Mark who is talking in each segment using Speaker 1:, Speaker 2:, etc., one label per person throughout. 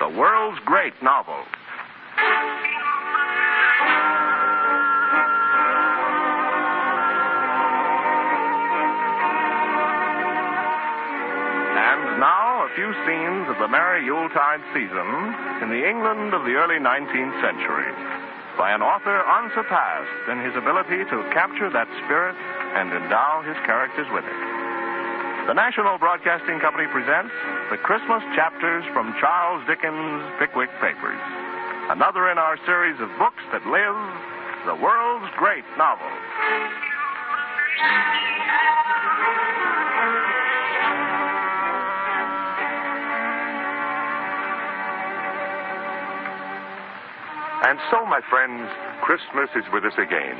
Speaker 1: the world's great novel. And now, a few scenes of the merry Yuletide season in the England of the early 19th century by an author unsurpassed in his ability to capture that spirit and endow his characters with it. The National Broadcasting Company presents the Christmas chapters from Charles Dickens' Pickwick Papers, another in our series of books that live the world's great novel.
Speaker 2: And so, my friends, Christmas is with us again.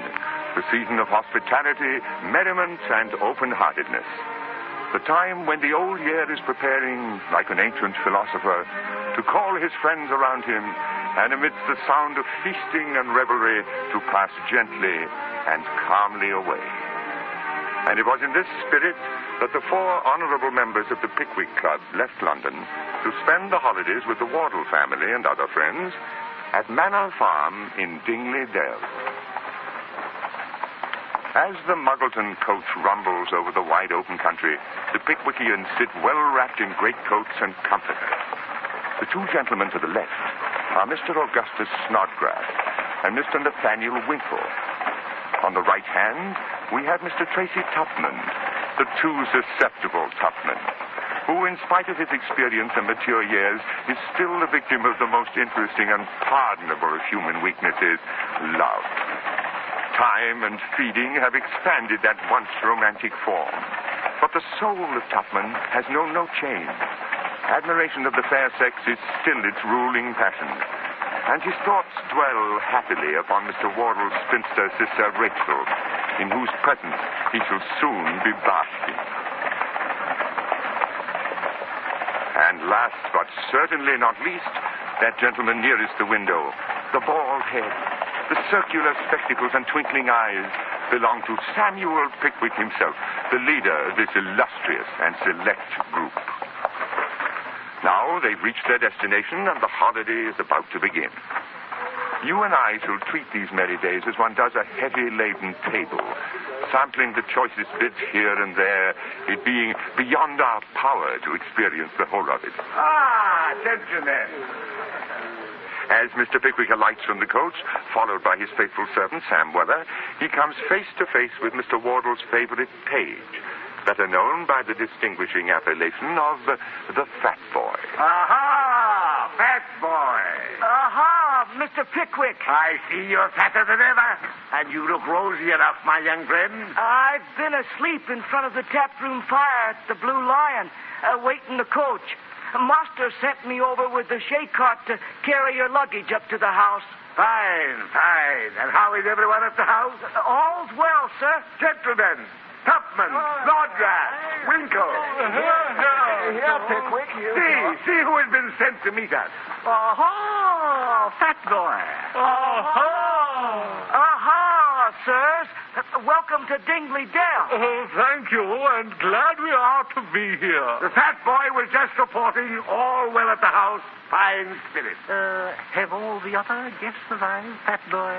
Speaker 2: The season of hospitality, merriment, and open heartedness. The time when the old year is preparing, like an ancient philosopher, to call his friends around him, and amidst the sound of feasting and revelry, to pass gently and calmly away. And it was in this spirit that the four honorable members of the Pickwick Club left London to spend the holidays with the Wardle family and other friends at Manor Farm in Dingley Dell. As the Muggleton coach rumbles over the wide open country, the Pickwickians sit well wrapped in greatcoats and comforters. The two gentlemen to the left are Mr. Augustus Snodgrass and Mr. Nathaniel Winkle. On the right hand, we have Mr. Tracy Tupman, the too susceptible Tupman who, in spite of his experience and mature years, is still the victim of the most interesting and pardonable of human weaknesses love. Time and feeding have expanded that once romantic form. But the soul of Tupman has known no change. Admiration of the fair sex is still its ruling passion. And his thoughts dwell happily upon Mr. Wardle's spinster sister Rachel, in whose presence he shall soon be basking. And last but certainly not least, that gentleman nearest the window, the bald head, the circular spectacles and twinkling eyes belong to Samuel Pickwick himself, the leader of this illustrious and select group. Now they've reached their destination and the holiday is about to begin. You and I shall treat these merry days as one does a heavy laden table, sampling the choicest bits here and there, it being beyond our power to experience the whole of it.
Speaker 3: Ah, gentlemen.
Speaker 2: As Mr. Pickwick alights from the coach, followed by his faithful servant, Sam Weather, he comes face to face with Mr. Wardle's favorite page, better known by the distinguishing appellation of the, the Fat Boy.
Speaker 3: Aha, fat boy.
Speaker 4: Aha, Mr. Pickwick.
Speaker 3: I see you're fatter than ever, and you look rosy enough, my young friend.
Speaker 4: I've been asleep in front of the taproom fire at the Blue Lion, uh, waiting the coach. Master sent me over with the shay cart to carry your luggage up to the house.
Speaker 3: Fine, fine. And how is everyone at the house?
Speaker 4: All's well, sir.
Speaker 3: Gentlemen, Tupman, Snodgrass, Winkle.
Speaker 5: Here, Pickwick, you
Speaker 3: See, see who has been sent to meet us.
Speaker 4: Aha, fat boy. Aha. Aha, sirs. Uh, Welcome to Dingley Dell.
Speaker 5: Oh, thank you, and glad we are to be here.
Speaker 3: The fat boy was just reporting all well at the house. Fine spirit.
Speaker 6: Uh, have all the other guests arrived, Fat Boy?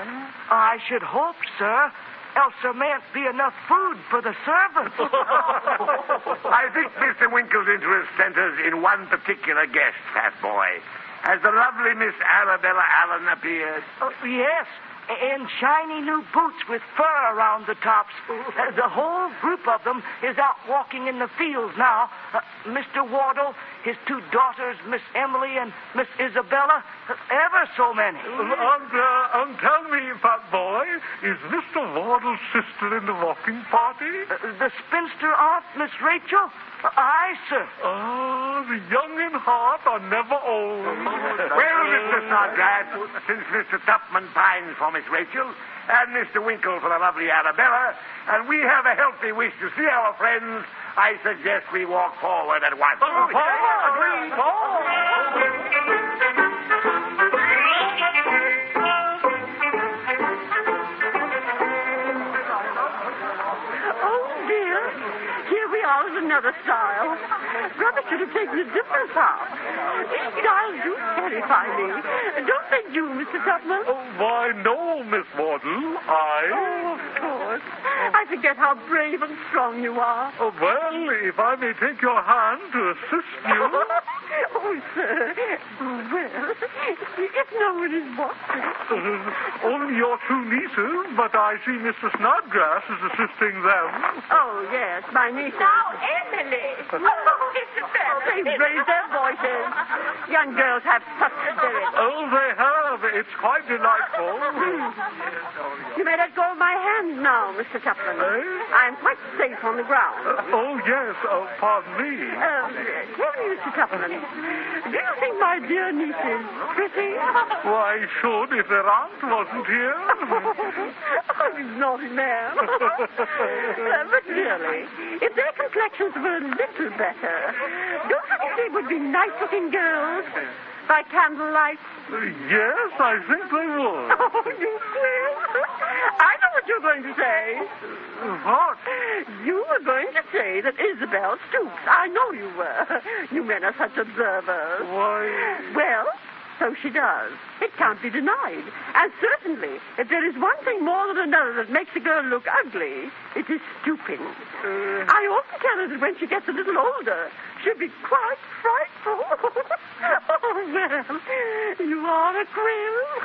Speaker 4: I should hope, sir. Else there mayn't be enough food for the servants.
Speaker 3: I think Mr. Winkle's interest centers in one particular guest, fat boy. Has the lovely Miss Arabella Allen appeared?
Speaker 4: Oh, yes, and shiny new boots with fur around the tops. Uh, The whole group of them is out walking in the fields now. Uh, Mr. Wardle, his two daughters, Miss Emily and Miss Isabella, uh, ever so many.
Speaker 5: And, uh, and tell me, Fat Boy, is Mr. Wardle's sister in the walking party?
Speaker 4: Uh, The spinster aunt, Miss Rachel? Uh, Aye, sir.
Speaker 5: Ah, the young in heart are never old.
Speaker 3: Well, Mr. Snodgrass, since Mr. Tupman pines for Miss Rachel, and Mr. Winkle for the lovely Arabella, and we have a healthy wish to see our friends, I suggest we walk forward at once.
Speaker 5: Oh, Forward, forward.
Speaker 7: Oh, dear. Here we are in another style. Rather should have taken a different Now, Niall, you terrify me. Don't they you, Mr. Tubman?
Speaker 5: Oh, why, no, Miss Wardle. I.
Speaker 7: Oh, of course. I forget how brave and strong you are.
Speaker 5: Oh, well, if I may take your hand to assist you.
Speaker 7: oh, sir. Well, if no one is watching.
Speaker 5: Uh, only your two nieces, but I see Mr. Snodgrass is assisting them.
Speaker 7: Oh, yes, my niece. Now, Emily. Oh, Isabel. They raise their voices. Young girls have such spirit.
Speaker 5: Oh, they have. It's quite delightful.
Speaker 7: You may let go of my hand now, Mr. Tupman.
Speaker 5: Eh?
Speaker 7: I am quite safe on the ground.
Speaker 5: Uh, oh, yes. Oh, pardon me.
Speaker 7: Uh, tell me, Mr. Tupman, do you think my dear niece is pretty?
Speaker 5: Why, should if their aunt wasn't here?
Speaker 7: oh, you naughty man. uh, but really, if their complexions were a little better, don't you think they would be nice-looking girls by candlelight?
Speaker 5: yes, I think they would.
Speaker 7: Oh, you will. I know what you're going to say.
Speaker 5: What?
Speaker 7: You were going to say that Isabel stoops. I know you were. You men are such observers.
Speaker 5: Why,
Speaker 7: Well, so she does. It can't be denied. And certainly, if there is one thing more than another that makes a girl look ugly, it is stooping. I often tell her that when she gets a little older, she'll be quite frightful. oh, well, you are a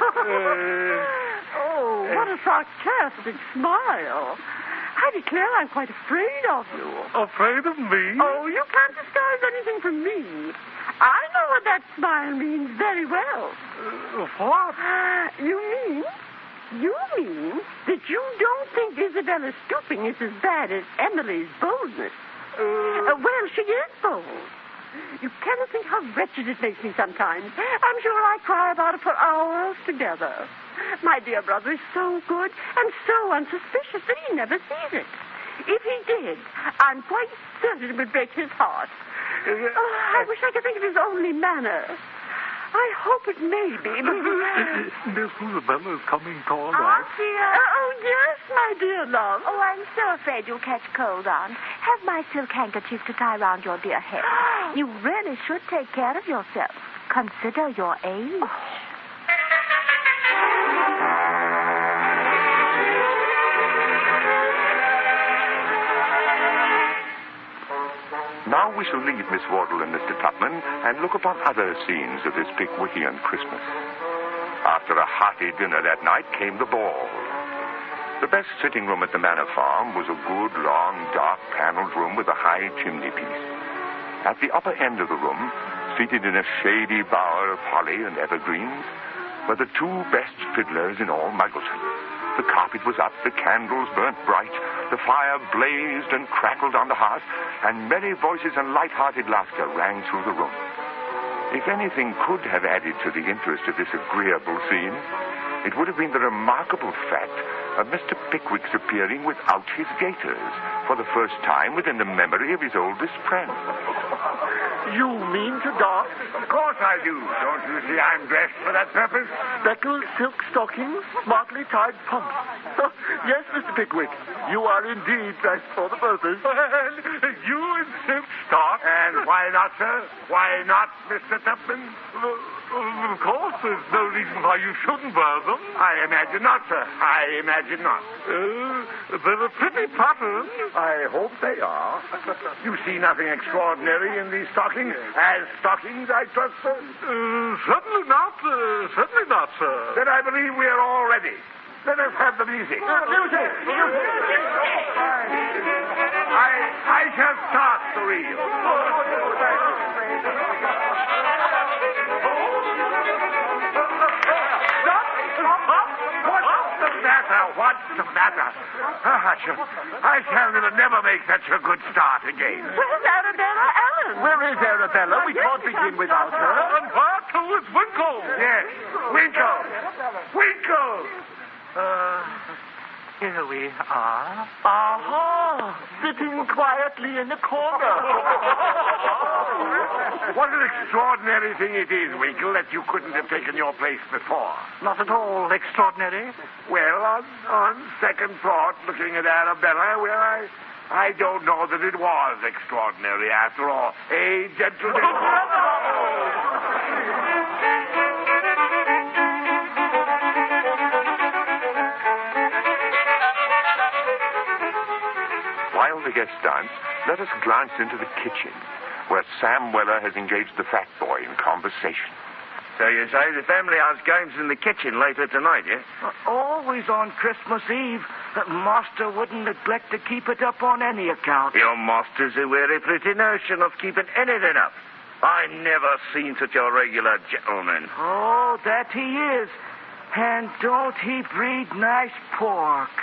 Speaker 7: queen. oh, what a sarcastic smile. I declare I'm quite afraid of you.
Speaker 5: afraid of me?
Speaker 7: Oh, you can't disguise anything from me. I know what that smile means very well.
Speaker 5: Uh, what?
Speaker 7: You mean, you mean that you don't think Isabella's stooping is as bad as Emily's boldness? Uh, well, she is bold. You cannot think how wretched it makes me sometimes. I'm sure I cry about it for hours together. My dear brother is so good and so unsuspicious that he never sees it. If he did, I'm quite certain it would break his heart. Oh, I wish I could think of his only manner. I hope it may be, but
Speaker 5: Miss Isabella is coming toward us.
Speaker 8: Uh-huh.
Speaker 7: dear. Oh, yes, my dear love.
Speaker 9: Ah, Oh, I'm so afraid you'll catch cold, Aunt. Have my silk handkerchief to tie round your dear head. You really should take care of yourself. Consider your age.
Speaker 7: Oh,
Speaker 2: Now we shall leave Miss Wardle and Mr. Tupman and look upon other scenes of this Pickwickian Christmas. After a hearty dinner that night came the ball. The best sitting room at the manor farm was a good, long, dark paneled room with a high chimney piece. At the upper end of the room, seated in a shady bower of holly and evergreens, were the two best fiddlers in all Muggleton. The carpet was up, the candles burnt bright, the fire blazed and crackled on the hearth, and merry voices and light-hearted laughter rang through the room. If anything could have added to the interest of this agreeable scene, it would have been the remarkable fact of Mr. Pickwick's appearing without his gaiters for the first time within the memory of his oldest friend.
Speaker 3: You mean to dance? Of course I do. Don't you see I'm dressed for that purpose?
Speaker 5: Beckle silk stockings, smartly tied pumps. yes, Mr. Pickwick, you are indeed dressed for the purpose. Well, you in silk stock?
Speaker 3: And why not, sir? Why not, Mr. Tupman?
Speaker 5: Well, Of course, there's no reason why you shouldn't wear them.
Speaker 3: I imagine not, sir. I imagine not.
Speaker 5: Uh, they're a pretty pattern.
Speaker 3: I hope they are. you see nothing extraordinary in these stockings? As stockings, I trust, sir?
Speaker 5: Uh, certainly not, uh, certainly not, sir.
Speaker 3: Then I believe we are all ready. Let us have the music. music! I, I shall start the reel. Stop! Stop! What's the matter? What's the matter? Ah, I shall, I shall never, never make such a good start again.
Speaker 7: Where's Arabella Allen?
Speaker 3: Where is Arabella? We can't begin without her.
Speaker 8: Uh-huh.
Speaker 5: And where to is Winkle?
Speaker 3: Yes. Winkle! Winkle!
Speaker 4: Uh, here we are. Aha! Ah, Sitting quietly in the corner.
Speaker 3: What an extraordinary thing it is, Winkle, that you couldn't have taken your place before.
Speaker 4: Not at all extraordinary.
Speaker 3: Well, on, on second thought, looking at Arabella, where I,
Speaker 8: I don't know that it was extraordinary after all. Eh, gentlemen?
Speaker 2: While the guests dance, let us glance into the kitchen, where Sam Weller has engaged the fat boy in conversation.
Speaker 3: So you say the family house game's in the kitchen later tonight, yes?
Speaker 4: Always on Christmas Eve. Uh, Master wouldn't neglect to keep it up on any account.
Speaker 3: Your master's a very pretty notion of keeping anything up. I never seen such a regular gentleman.
Speaker 4: Oh, that he is. And don't he breed nice pork?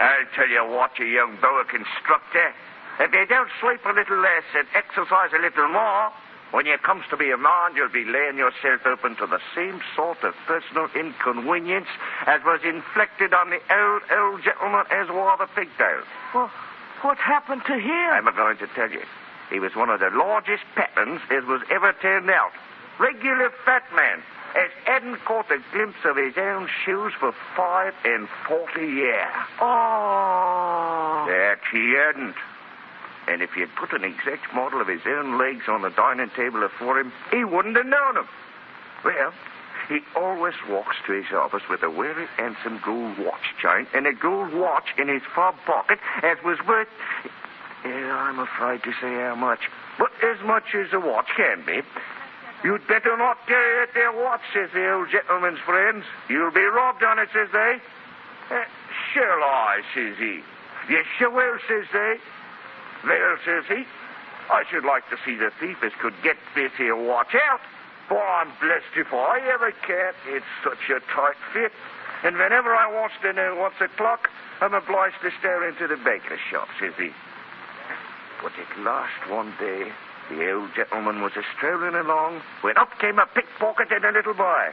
Speaker 3: I tell you what, you young boa constructor. If you don't sleep a little less and exercise a little more, when you comes to be a man, you'll be laying yourself open to the same sort of personal inconvenience as was inflicted on the old, old gentleman as wore the pigtails.
Speaker 4: Well, what happened to him?
Speaker 3: I'm a going to tell you. He was one of the largest patterns as was ever turned out. Regular fat man, as hadn't caught a glimpse of his own shoes for five and forty years.
Speaker 4: Oh.
Speaker 3: That he hadn't. And if you'd put an exact model of his own legs on the dining table before him, he wouldn't have known 'em. Well, he always walks to his office with a very handsome gold watch chain and a gold watch in his fob pocket as was worth. Yeah, I'm afraid to say how much, but as much as a watch can be. You'd better not carry it there, watch, says the old gentleman's friends. You'll be robbed on it, says they. "Uh, shall I, says he. Yes, you will, says they. Well, says he, I should like to see the thief as could get this here watch out. For I'm blessed if I ever can. It's such a tight fit. And whenever I wants to know what's o'clock, I'm obliged to stare into the baker's shop, says he. But at last one day, the old gentleman was a strolling along when up came a pickpocket and a little boy.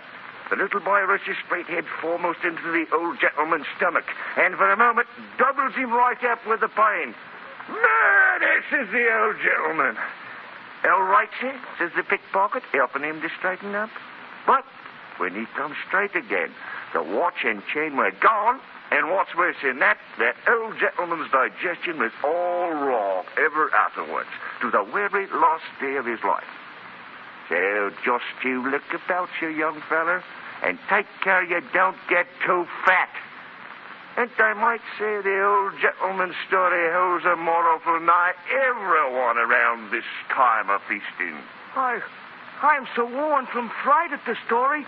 Speaker 3: The little boy rushes straight head foremost into the old gentleman's stomach, and for a moment doubles him right up with the pain. Murder, says the old gentleman. All right, sir, says the pickpocket, helping him to straighten up. But when he comes straight again, the watch and chain were gone, and what's worse than that, that old gentleman's digestion was all wrong ever afterwards, to the very last day of his life. So just you look about you, young feller, and take care you don't get too fat. And I might say the old gentleman's story holds a moral for nigh everyone around this time of feasting.
Speaker 4: I, I'm so worn from fright at the story,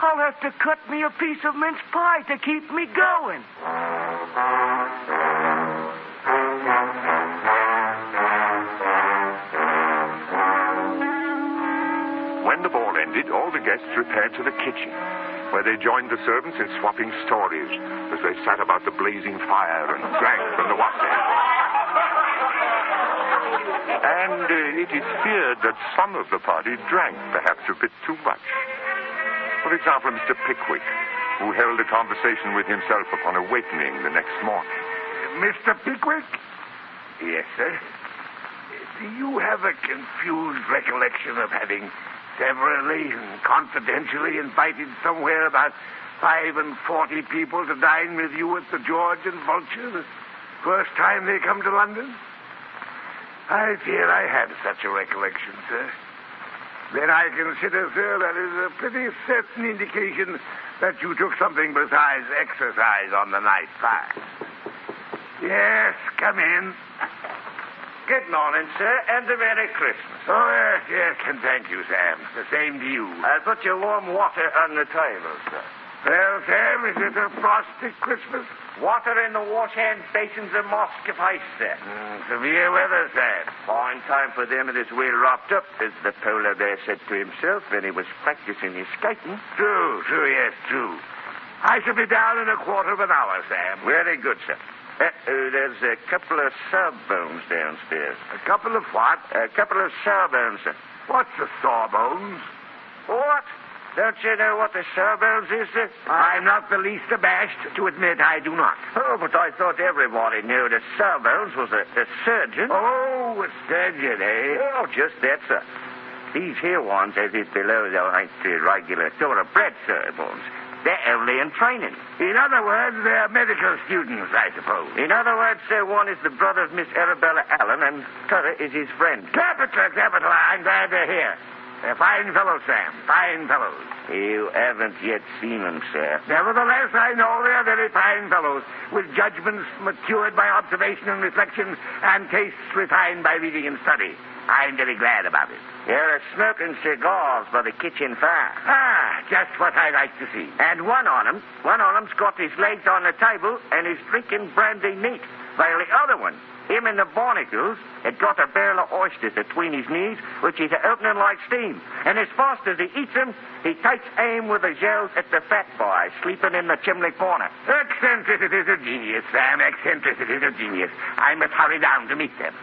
Speaker 4: I'll have to cut me a piece of mince pie to keep me going.
Speaker 2: When the ball ended, all the guests repaired to the kitchen, where they joined the servants in swapping stories as they sat about the blazing fire and drank from the wassail. And uh, it is feared that some of the party drank perhaps a bit too much. For example, Mr. Pickwick, who held a conversation with himself upon awakening the next morning.
Speaker 8: Mr. Pickwick?
Speaker 3: Yes, sir.
Speaker 8: Do you have a confused recollection of having severally and confidentially invited somewhere about five and forty people to dine with you at the George and Vulture the first time they come to London? I fear I have such a recollection, sir. Then I consider, sir, that is a pretty certain indication that you took something besides exercise on the night prior. Yes, come in.
Speaker 3: Good morning, sir, and a Merry Christmas.
Speaker 8: Oh, yes, yes, and thank you, Sam. The same to you.
Speaker 3: I'll put your warm water on the table, sir.
Speaker 8: Well, Sam, is it a frosty Christmas?
Speaker 3: Water in the washhand basin's a mosque of ice, sir.
Speaker 8: Mm, severe weather, Sam.
Speaker 3: Fine time for them it is well wrapped up, as the polar bear said to himself when he was practicing his skating.
Speaker 8: True, true, yes, true. I shall be down in a quarter of an hour, Sam.
Speaker 3: Very good, sir. Uh, uh, there's a couple of sawbones downstairs.
Speaker 8: A couple of what?
Speaker 3: A couple of sawbones, sir.
Speaker 8: What's a sawbones?
Speaker 3: What? Don't you know what the sawbones is, sir?
Speaker 8: I'm not the least abashed to admit I do not.
Speaker 3: Oh, but I thought everybody knew that Sawbones was a, a surgeon.
Speaker 8: Oh, a surgeon, eh?
Speaker 3: Oh, just that, sir. These here ones, as is below, though, ain't the regular sort of bread sawbones. They're only in training.
Speaker 8: In other words, they're medical students, I suppose.
Speaker 3: In other words, sir, one is the brother of Miss Arabella Allen, and t'other is his friend.
Speaker 8: Capital, capital. I'm glad they're here. They're fine fellows, Sam. Fine fellows.
Speaker 3: You haven't yet seen them, sir.
Speaker 8: Nevertheless, I know they're very fine fellows, with judgments matured by observation and reflection, and tastes refined by reading and study. I'm very glad about it.
Speaker 3: They're smoking cigars by the kitchen fire.
Speaker 8: Ah, just what I like to see.
Speaker 3: And one on 'em, one on 'em's got his legs on the table and is drinking brandy neat, while the other one, him and the barnacles, had got a barrel of oysters between his knees, which he's opening like steam. And as fast as he eats 'em, he takes aim with his yells at the fat boy sleeping in the chimney corner.
Speaker 8: Eccentricity's a genius, Sam. Eccentricity's a genius. I must hurry down to meet them.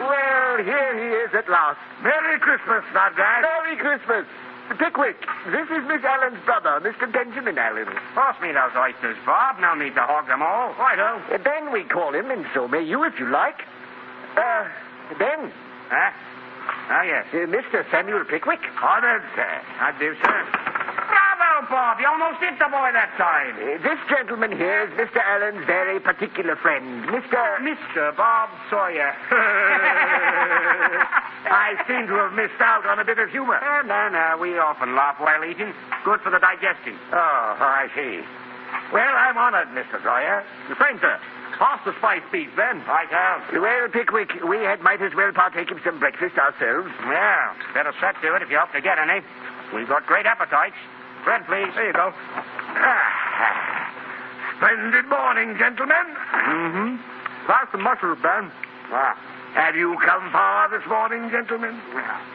Speaker 5: Well, here he is at last.
Speaker 8: Merry Christmas, Snodgrass.
Speaker 5: Merry Christmas. Pickwick, this is Miss Allen's brother, Mr. Benjamin Allen. Uh,
Speaker 8: Pass me those oysters, Bob. No need to hog them all. Righto.
Speaker 5: Uh, Ben, we call him, and so may you if you like. Uh, Ben,
Speaker 8: Huh? Oh, yes.
Speaker 5: uh, Mr. Samuel Pickwick.
Speaker 8: Ordered, sir. I do, sir. Bravo, Bob. You almost hit the boy that
Speaker 5: Uh,
Speaker 8: time.
Speaker 5: this gentleman here is Mr. Allen's very particular friend, Mr.
Speaker 8: Mr. Oh, Bob Sawyer. I seem to have missed out on a bit of humor. no, no. We often laugh while eating. Good for the digestion. Oh, I see. Well, I'm honored, Mr. Sawyer. The same, sir. Pass the spice beef, then. I can.
Speaker 5: Well, Pickwick, we had might as well partake of some breakfast ourselves.
Speaker 8: Yeah, better set to it if you hope to get any. We've got great appetites. Bread, please. There you go. Splendid morning, gentlemen. Mm-hmm. That's the muscles, Ben. Ah. Have you come far this morning, gentlemen?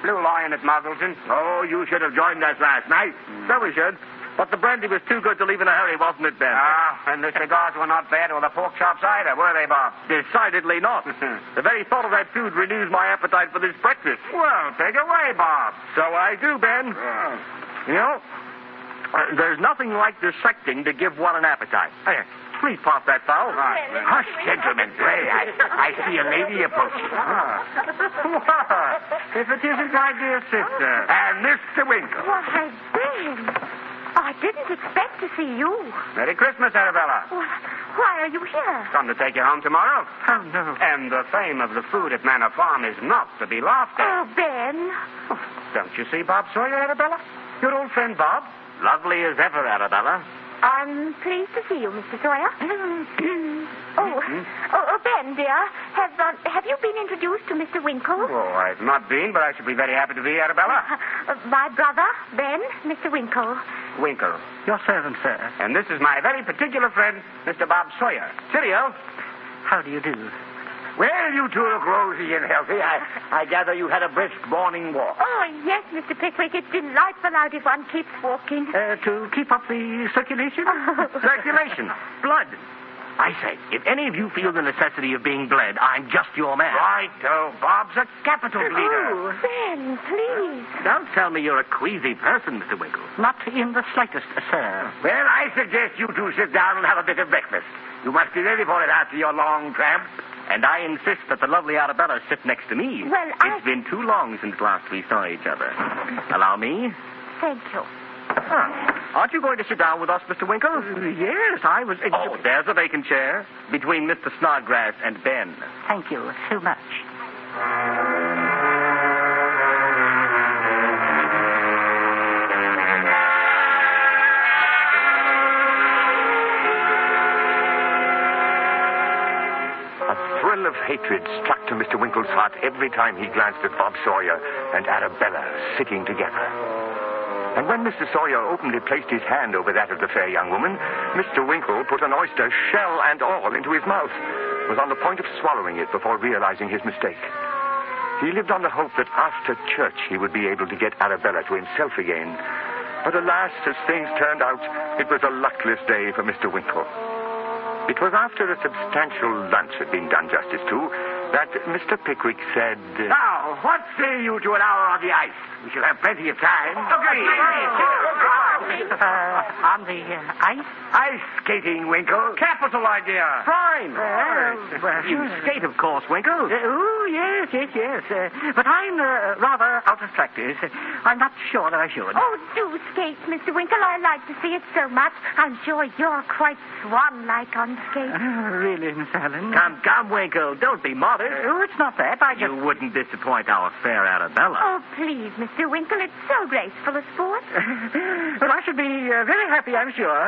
Speaker 8: Blue Lion at Muggleton. Oh, you should have joined us last night. So we should. But the brandy was too good to leave in a hurry, wasn't it, Ben? Ah, and the cigars were not bad, or the pork chops either, were they, Bob? Decidedly not. the very thought of that food renews my appetite for this breakfast. Well, take away, Bob. So I do, Ben. You know, uh, there's nothing like dissecting to give one an appetite. Hey, please pop that fowl. Hush, gentlemen. Pray, I, I see a lady approaching. What? If it isn't my dear sister. And Mr. Winkle.
Speaker 10: Why, Ben. I didn't expect to see you.
Speaker 8: Merry Christmas, Arabella.
Speaker 10: Why are you here?
Speaker 8: Come to take you home tomorrow. Oh, no. And the fame of the food at Manor Farm is not to be laughed at.
Speaker 10: Oh, Ben.
Speaker 8: Don't you see Bob Sawyer, Arabella? Your old friend Bob. Lovely as ever, Arabella.
Speaker 10: I'm pleased to see you, Mr. Sawyer. oh, oh, oh, Ben, dear, have um, have you been introduced to Mr. Winkle?
Speaker 8: Oh, I've not been, but I should be very happy to be, Arabella.
Speaker 10: Uh, my brother, Ben, Mr. Winkle.
Speaker 8: Winkle.
Speaker 6: Your servant, sir.
Speaker 8: And this is my very particular friend, Mr. Bob Sawyer. Cheerio.
Speaker 6: How do you do?
Speaker 8: Well, you two look rosy and healthy. I, I gather you had a brisk morning walk.
Speaker 10: Oh, yes, Mr. Pickwick, it's delightful out if one keeps walking.
Speaker 6: Uh, to keep up the circulation?
Speaker 8: Circulation. Blood.
Speaker 6: I say, if any of you feel the necessity of being bled, I'm just your man.
Speaker 8: Righto. Oh, Bob's a capital leader.
Speaker 10: Oh, Ben, please.
Speaker 6: Don't tell me you're a queasy person, Mr. Winkle. Not in the slightest, sir.
Speaker 8: Well, I suggest you two sit down and have a bit of breakfast. You must be ready for it after your long tramp.
Speaker 6: And I insist that the lovely Arabella sit next to me.
Speaker 10: Well, I-
Speaker 6: It's been too long since last we saw each other. Allow me.
Speaker 10: Thank you.
Speaker 6: Huh. Aren't you going to sit down with us, Mr. Winkle? Uh, yes, I was. Oh, there's a vacant chair between Mr. Snodgrass and Ben.
Speaker 4: Thank you so much.
Speaker 2: A thrill of hatred struck to Mr. Winkle's heart every time he glanced at Bob Sawyer and Arabella sitting together. And when Mr. Sawyer openly placed his hand over that of the fair young woman, Mr. Winkle put an oyster, shell and all, into his mouth, was on the point of swallowing it before realizing his mistake. He lived on the hope that after church he would be able to get Arabella to himself again. But alas, as things turned out, it was a luckless day for Mr. Winkle. It was after a substantial lunch had been done justice to that Mr. Pickwick said.
Speaker 6: Oh,
Speaker 2: uh,
Speaker 8: Now, what say you to an hour on the ice? We shall have plenty of time. Agreed.
Speaker 2: Agreed.
Speaker 4: Uh, on the uh, ice?
Speaker 8: Ice skating, Winkle.
Speaker 6: Capital idea. Fine.
Speaker 4: Well, well,
Speaker 6: you
Speaker 4: sure.
Speaker 6: skate, of course, Winkle.
Speaker 4: Uh, oh, yes, yes, yes. Uh, but I'm uh, rather out of practice. I'm not sure that I should.
Speaker 10: Oh, do skate, Mr. Winkle. I like to see it so much. I'm sure you're quite swan-like on
Speaker 4: Uh,
Speaker 10: skates.
Speaker 4: really, Miss Allen?
Speaker 6: Come, come, Winkle. Don't be modest.
Speaker 4: Oh, it's not that. I just...
Speaker 6: You wouldn't disappoint our fair Arabella.
Speaker 10: Oh, please, Mr. Winkle. It's so graceful a sport.
Speaker 4: well, I should be uh, very happy, I'm sure.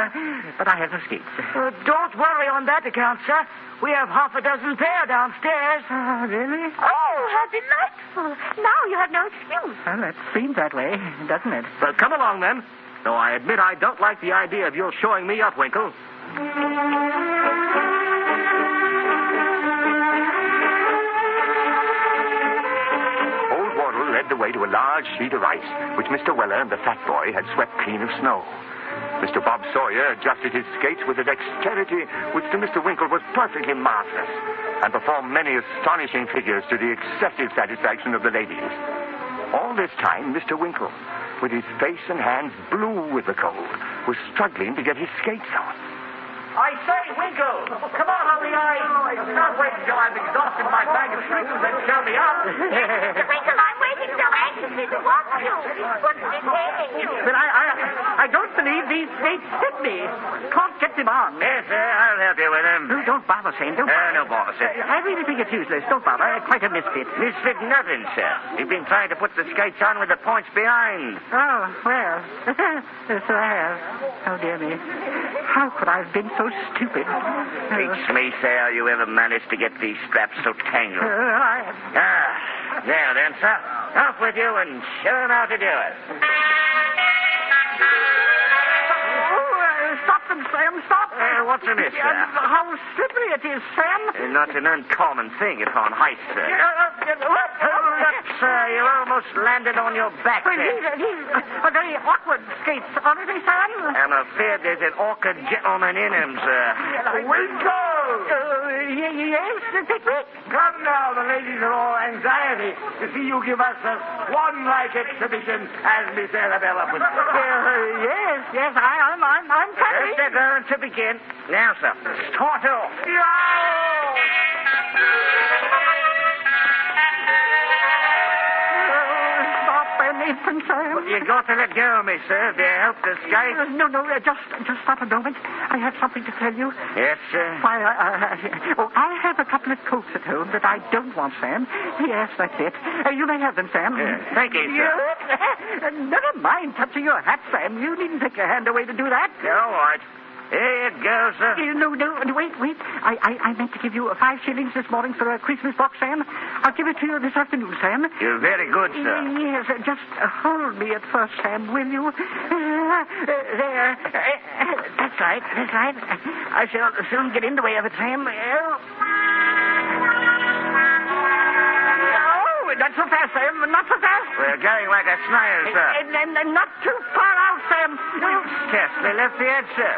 Speaker 4: But I have no skates. uh, don't worry on that account, sir. We have half a dozen pair downstairs. Oh, really?
Speaker 10: Oh, how delightful. Now you have no excuse.
Speaker 4: Well, it seems that way, doesn't it?
Speaker 6: Well, come along then. Though I admit I don't like the idea of your showing me up, Winkle.
Speaker 2: Old Wardle led the way to a large sheet of ice, which Mr. Weller and the fat boy had swept clean of snow. Mr. Bob Sawyer adjusted his skates with a dexterity which to Mr. Winkle was perfectly marvelous, and performed many astonishing figures to the excessive satisfaction of the ladies. All this time, Mr. Winkle, with his face and hands blue with the cold, was struggling to get his skates on.
Speaker 6: I say, Winkle, come on on the ice. Don't wait until I've exhausted my bag of tricks and then show me up.
Speaker 10: Mr. Winkle, I'm waiting so anxiously to watch you. What's detaining you?
Speaker 4: But I, I, I don't believe these skates fit me. Can't get them on.
Speaker 3: Yes, sir, I'll help you with him.
Speaker 4: Oh, don't bother, Shane. Don't
Speaker 3: Uh,
Speaker 4: bother.
Speaker 3: no bother, sir.
Speaker 4: I really think it's useless. Don't bother. Quite a misfit.
Speaker 3: Misfit nothing, sir. You've been trying to put the skates on with the points behind.
Speaker 4: Oh, well. so I have. Oh, dear me. How could I have been so stupid? Oh.
Speaker 3: Beats me, sir, how you ever managed to get these straps so
Speaker 4: Oh,
Speaker 3: tangled.
Speaker 4: I-
Speaker 3: Ah, now then, sir. Off with you and show him how to do it.
Speaker 4: Oh, uh, stop them, Sam. Stop.
Speaker 3: Uh, what's amiss, sir?
Speaker 4: Uh, how slippery it is, Sam.
Speaker 3: Uh, Not an uncommon thing upon height, sir.
Speaker 4: Uh, uh, what?
Speaker 3: Hold up, sir. You almost landed on your back
Speaker 4: Well,
Speaker 3: there.
Speaker 4: these, are- these are very awkward skates, aren't they, Sam?
Speaker 10: Uh,
Speaker 3: I'm afraid there's an awkward gentleman in him, sir.
Speaker 4: Uh, y- y- yes, Pickwick.
Speaker 8: Come now, the ladies are all anxiety to see you give us a swan-like exhibition as Miss Arabella put it.
Speaker 4: Uh, yes, yes, I, I'm, I'm, I'm coming.
Speaker 3: Just a going uh, to begin. Now, sir, start off.
Speaker 4: Uh, stop an instant, Sam.
Speaker 3: You got to let go of me, sir, to help the
Speaker 4: Uh,
Speaker 3: skates.
Speaker 4: no, no, uh, just, just stop a moment. I have something to tell you.
Speaker 3: Yes, sir.
Speaker 4: Why, I, I, oh, I have a couple of coats at home that I don't want, Sam. Yes, that's it. Uh, you may have them, Sam.
Speaker 3: Yes, thank you, sir.
Speaker 4: You- never mind touching your hat, Sam. You needn't take your hand away to do that.
Speaker 3: All right. Here it goes, sir.
Speaker 4: Uh, No, no, no, wait, wait. I, I, I meant to give you five shillings this morning for a Christmas box, Sam. I'll give it to you this afternoon, Sam.
Speaker 3: You're very good, sir.
Speaker 4: Yes, uh, just uh, hold me at first, Sam, will you? Uh, uh, there. Uh, that's right, that's right. I shall soon get in the way of it, Sam. Oh. No, not so fast, Sam. Not so fast.
Speaker 3: We're going like a snail, sir.
Speaker 4: And, and, and not too far out, Sam.
Speaker 3: Scarcely left the edge, sir.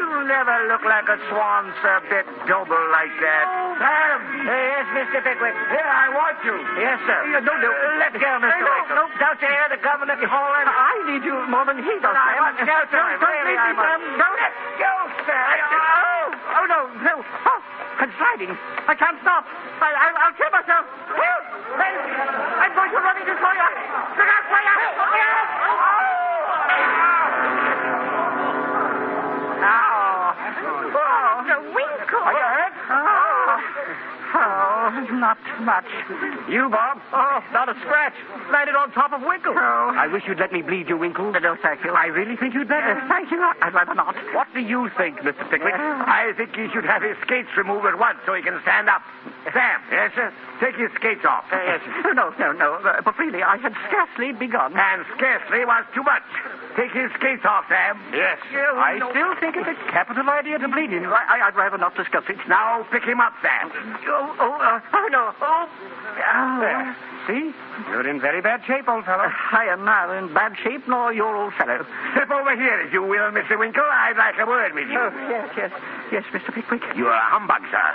Speaker 3: You never look like a swan, sir, bit double like that. Sam! Yes, Mr. Pickwick. Here, I want you. Yes, sir.
Speaker 4: no, no.
Speaker 3: Let go, Mr.
Speaker 4: No,
Speaker 3: Pickwick.
Speaker 4: no,
Speaker 3: Don't you hear the governor calling?
Speaker 4: I need you more than he
Speaker 3: No,
Speaker 4: does,
Speaker 3: I
Speaker 4: Sam.
Speaker 3: must go to him.
Speaker 4: Don't, don't
Speaker 3: Really, I
Speaker 4: leave me,
Speaker 3: must.
Speaker 4: Sam. Don't.
Speaker 3: Let go, sir.
Speaker 4: Oh, oh, no, no. Oh, I'm sliding. I can't stop. I, I, I'll kill myself. Help! Help! I'm going to run into Sawyer. Look out, Sawyer! Ow! Oh, the winkle. Are you hurt? Oh. oh, not much.
Speaker 6: You, Bob? Oh, not a scratch. Landed on top of Winkle.
Speaker 4: No.
Speaker 6: I wish you'd let me bleed you, Winkle.
Speaker 4: No, thank you.
Speaker 6: I really think you'd better.
Speaker 4: Uh, thank you. I'd rather not.
Speaker 6: What do you think, Mr. Pickwick?
Speaker 8: I think he should have his skates removed at once so he can stand up. Sam. Yes, sir? Take his skates off.
Speaker 4: Oh, no, no, no. Uh, But really, I had scarcely begun.
Speaker 8: And
Speaker 4: eh,
Speaker 8: scarcely was too much. Take his skates off, Sam.
Speaker 3: Yes.
Speaker 4: I still think it's a capital idea to bleed in. I, I- I'd rather not discuss it.
Speaker 8: Now pick him up, Sam.
Speaker 4: Oh, oh, uh, oh no. Oh, oh.
Speaker 6: There. See? You're in very bad shape, old fellow.
Speaker 4: Uh, I am neither in bad shape nor your old fellow.
Speaker 8: Step over here, if you will, Mr. Winkle. I'd like a word with you.
Speaker 4: yes, yes.
Speaker 6: Yes, Mr. Pickwick.
Speaker 8: You're a humbug, sir.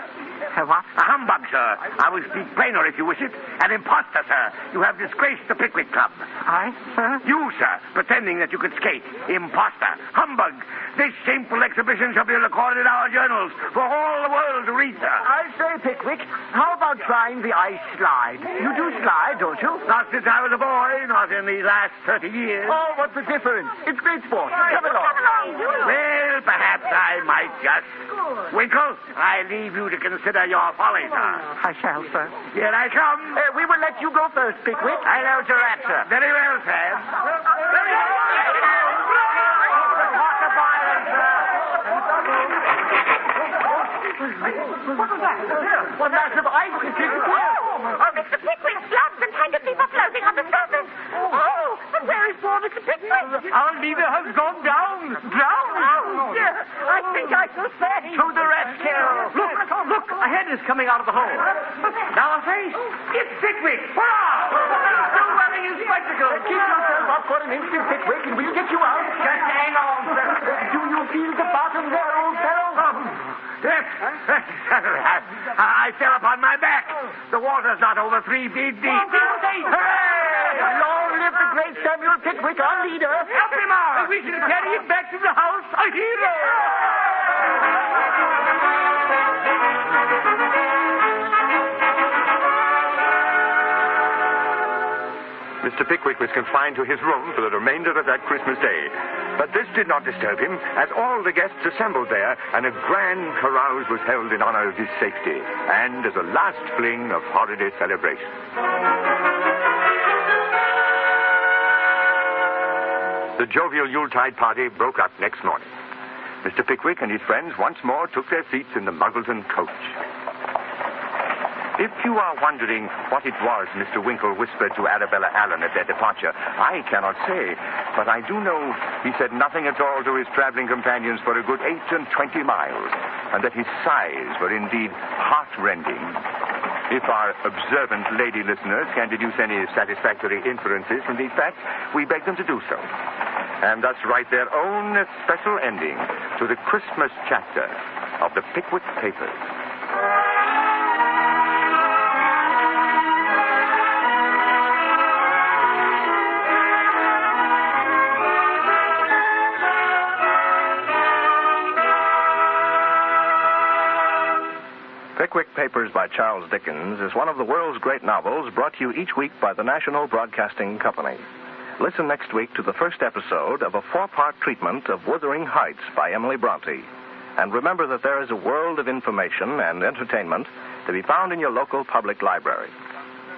Speaker 6: A what?
Speaker 8: A humbug, sir. I will speak plainer if you wish it. An imposter, sir. You have disgraced the Pickwick Club.
Speaker 6: I, sir?
Speaker 8: You, sir, pretending that you could skate. Imposter. Humbug. This shameful exhibition shall be recorded in our journals for all the world to read, sir.
Speaker 4: I say, Pickwick, how about trying the ice slide? You do slide, don't you?
Speaker 8: Not since I was a boy, not in the last 30 years.
Speaker 5: Oh, what's the difference? It's great sport. Come along.
Speaker 8: Well, perhaps I might just. Winkle, I leave you to consider your folly, sir.
Speaker 6: I shall, sir.
Speaker 8: Here I come.
Speaker 5: Uh,
Speaker 8: Oh,
Speaker 5: we will let you go first, Pickwick.
Speaker 8: I know to rat, sir. Very well, sir. Very well. What a violence, sir.
Speaker 5: One mass of ice is taking
Speaker 10: Oh, Mr. Pickwick's gloves and handkerchief are floating on the surface. Oh, and where is poor Mr. Pickwick?
Speaker 6: Our leader has gone down.
Speaker 10: Oh, dear. I think I shall say.
Speaker 6: To the rescue. Look, look, a head is coming out of the hole. Now a face. It's Pickwick. Hurrah! He's still wearing his spectacles.
Speaker 5: Keep yourself up for an instant, Pickwick, and we'll get you out.
Speaker 6: Just hang on, sir. Um,
Speaker 5: Do you feel the bottom there, old fellow?
Speaker 8: Yes, yes, I, I fell upon my back. The water's not over three feet deep. Hooray!
Speaker 5: Long live the great Samuel Pickwick, our leader.
Speaker 8: Help him out!
Speaker 6: We shall carry him back to the house a hero.
Speaker 2: Mr. Pickwick was confined to his room for the remainder of that Christmas day. But this did not disturb him, as all the guests assembled there, and a grand carouse was held in honor of his safety, and as a last fling of holiday celebration. The jovial Yuletide party broke up next morning. Mr. Pickwick and his friends once more took their seats in the Muggleton coach. If you are wondering what it was Mr. Winkle whispered to Arabella Allen at their departure, I cannot say. But I do know he said nothing at all to his traveling companions for a good eight and twenty miles, and that his sighs were indeed heartrending. If our observant lady listeners can deduce any satisfactory inferences from these facts, we beg them to do so. And thus write their own special ending to the Christmas chapter of the Pickwick Papers.
Speaker 11: Pickwick Papers by Charles Dickens is one of the world's great novels brought to you each week by the National Broadcasting Company. Listen next week to the first episode of a four part treatment of Wuthering Heights by Emily Bronte. And remember that there is a world of information and entertainment to be found in your local public library.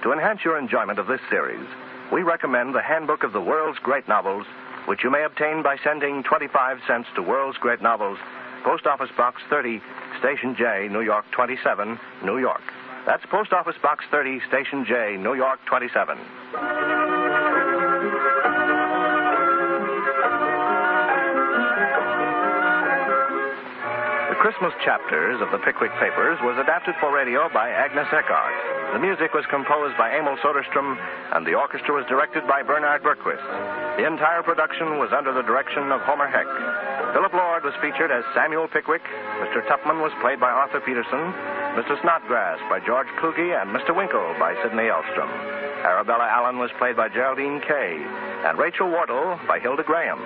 Speaker 11: To enhance your enjoyment of this series, we recommend the Handbook of the World's Great Novels, which you may obtain by sending 25 cents to World's Great Novels, Post Office Box 30, Station J, New York 27, New York. That's Post Office Box 30, Station J, New York 27. The Christmas chapters of the Pickwick Papers was adapted for radio by Agnes Eckhart. The music was composed by Emil Soderstrom, and the orchestra was directed by Bernard Berquist. The entire production was under the direction of Homer Heck. Philip Lord was featured as Samuel Pickwick. Mr. Tupman was played by Arthur Peterson. Mr. Snodgrass by George Kluge, and Mr. Winkle by Sidney Elstrom. Arabella Allen was played by Geraldine Kay, and Rachel Wardle by Hilda Graham.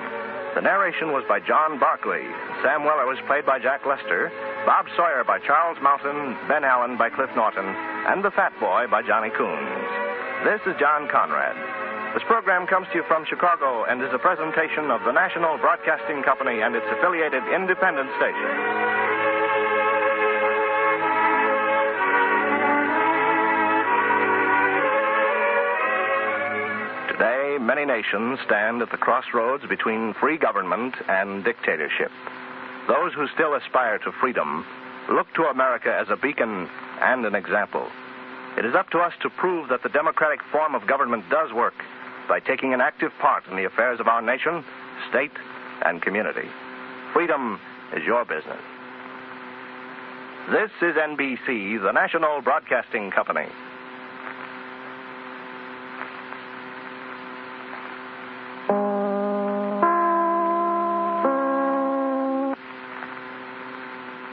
Speaker 11: The narration was by John Barclay. Sam Weller was played by Jack Lester. Bob Sawyer by Charles Mountain. Ben Allen by Cliff Norton. And The Fat Boy by Johnny Coons. This is John Conrad. This program comes to you from Chicago and is a presentation of the National Broadcasting Company and its affiliated independent stations. Today, many nations stand at the crossroads between free government and dictatorship. Those who still aspire to freedom look to America as a beacon and an example. It is up to us to prove that the democratic form of government does work by taking an active part in the affairs of our nation, state, and community. Freedom is your business. This is NBC, the national broadcasting company.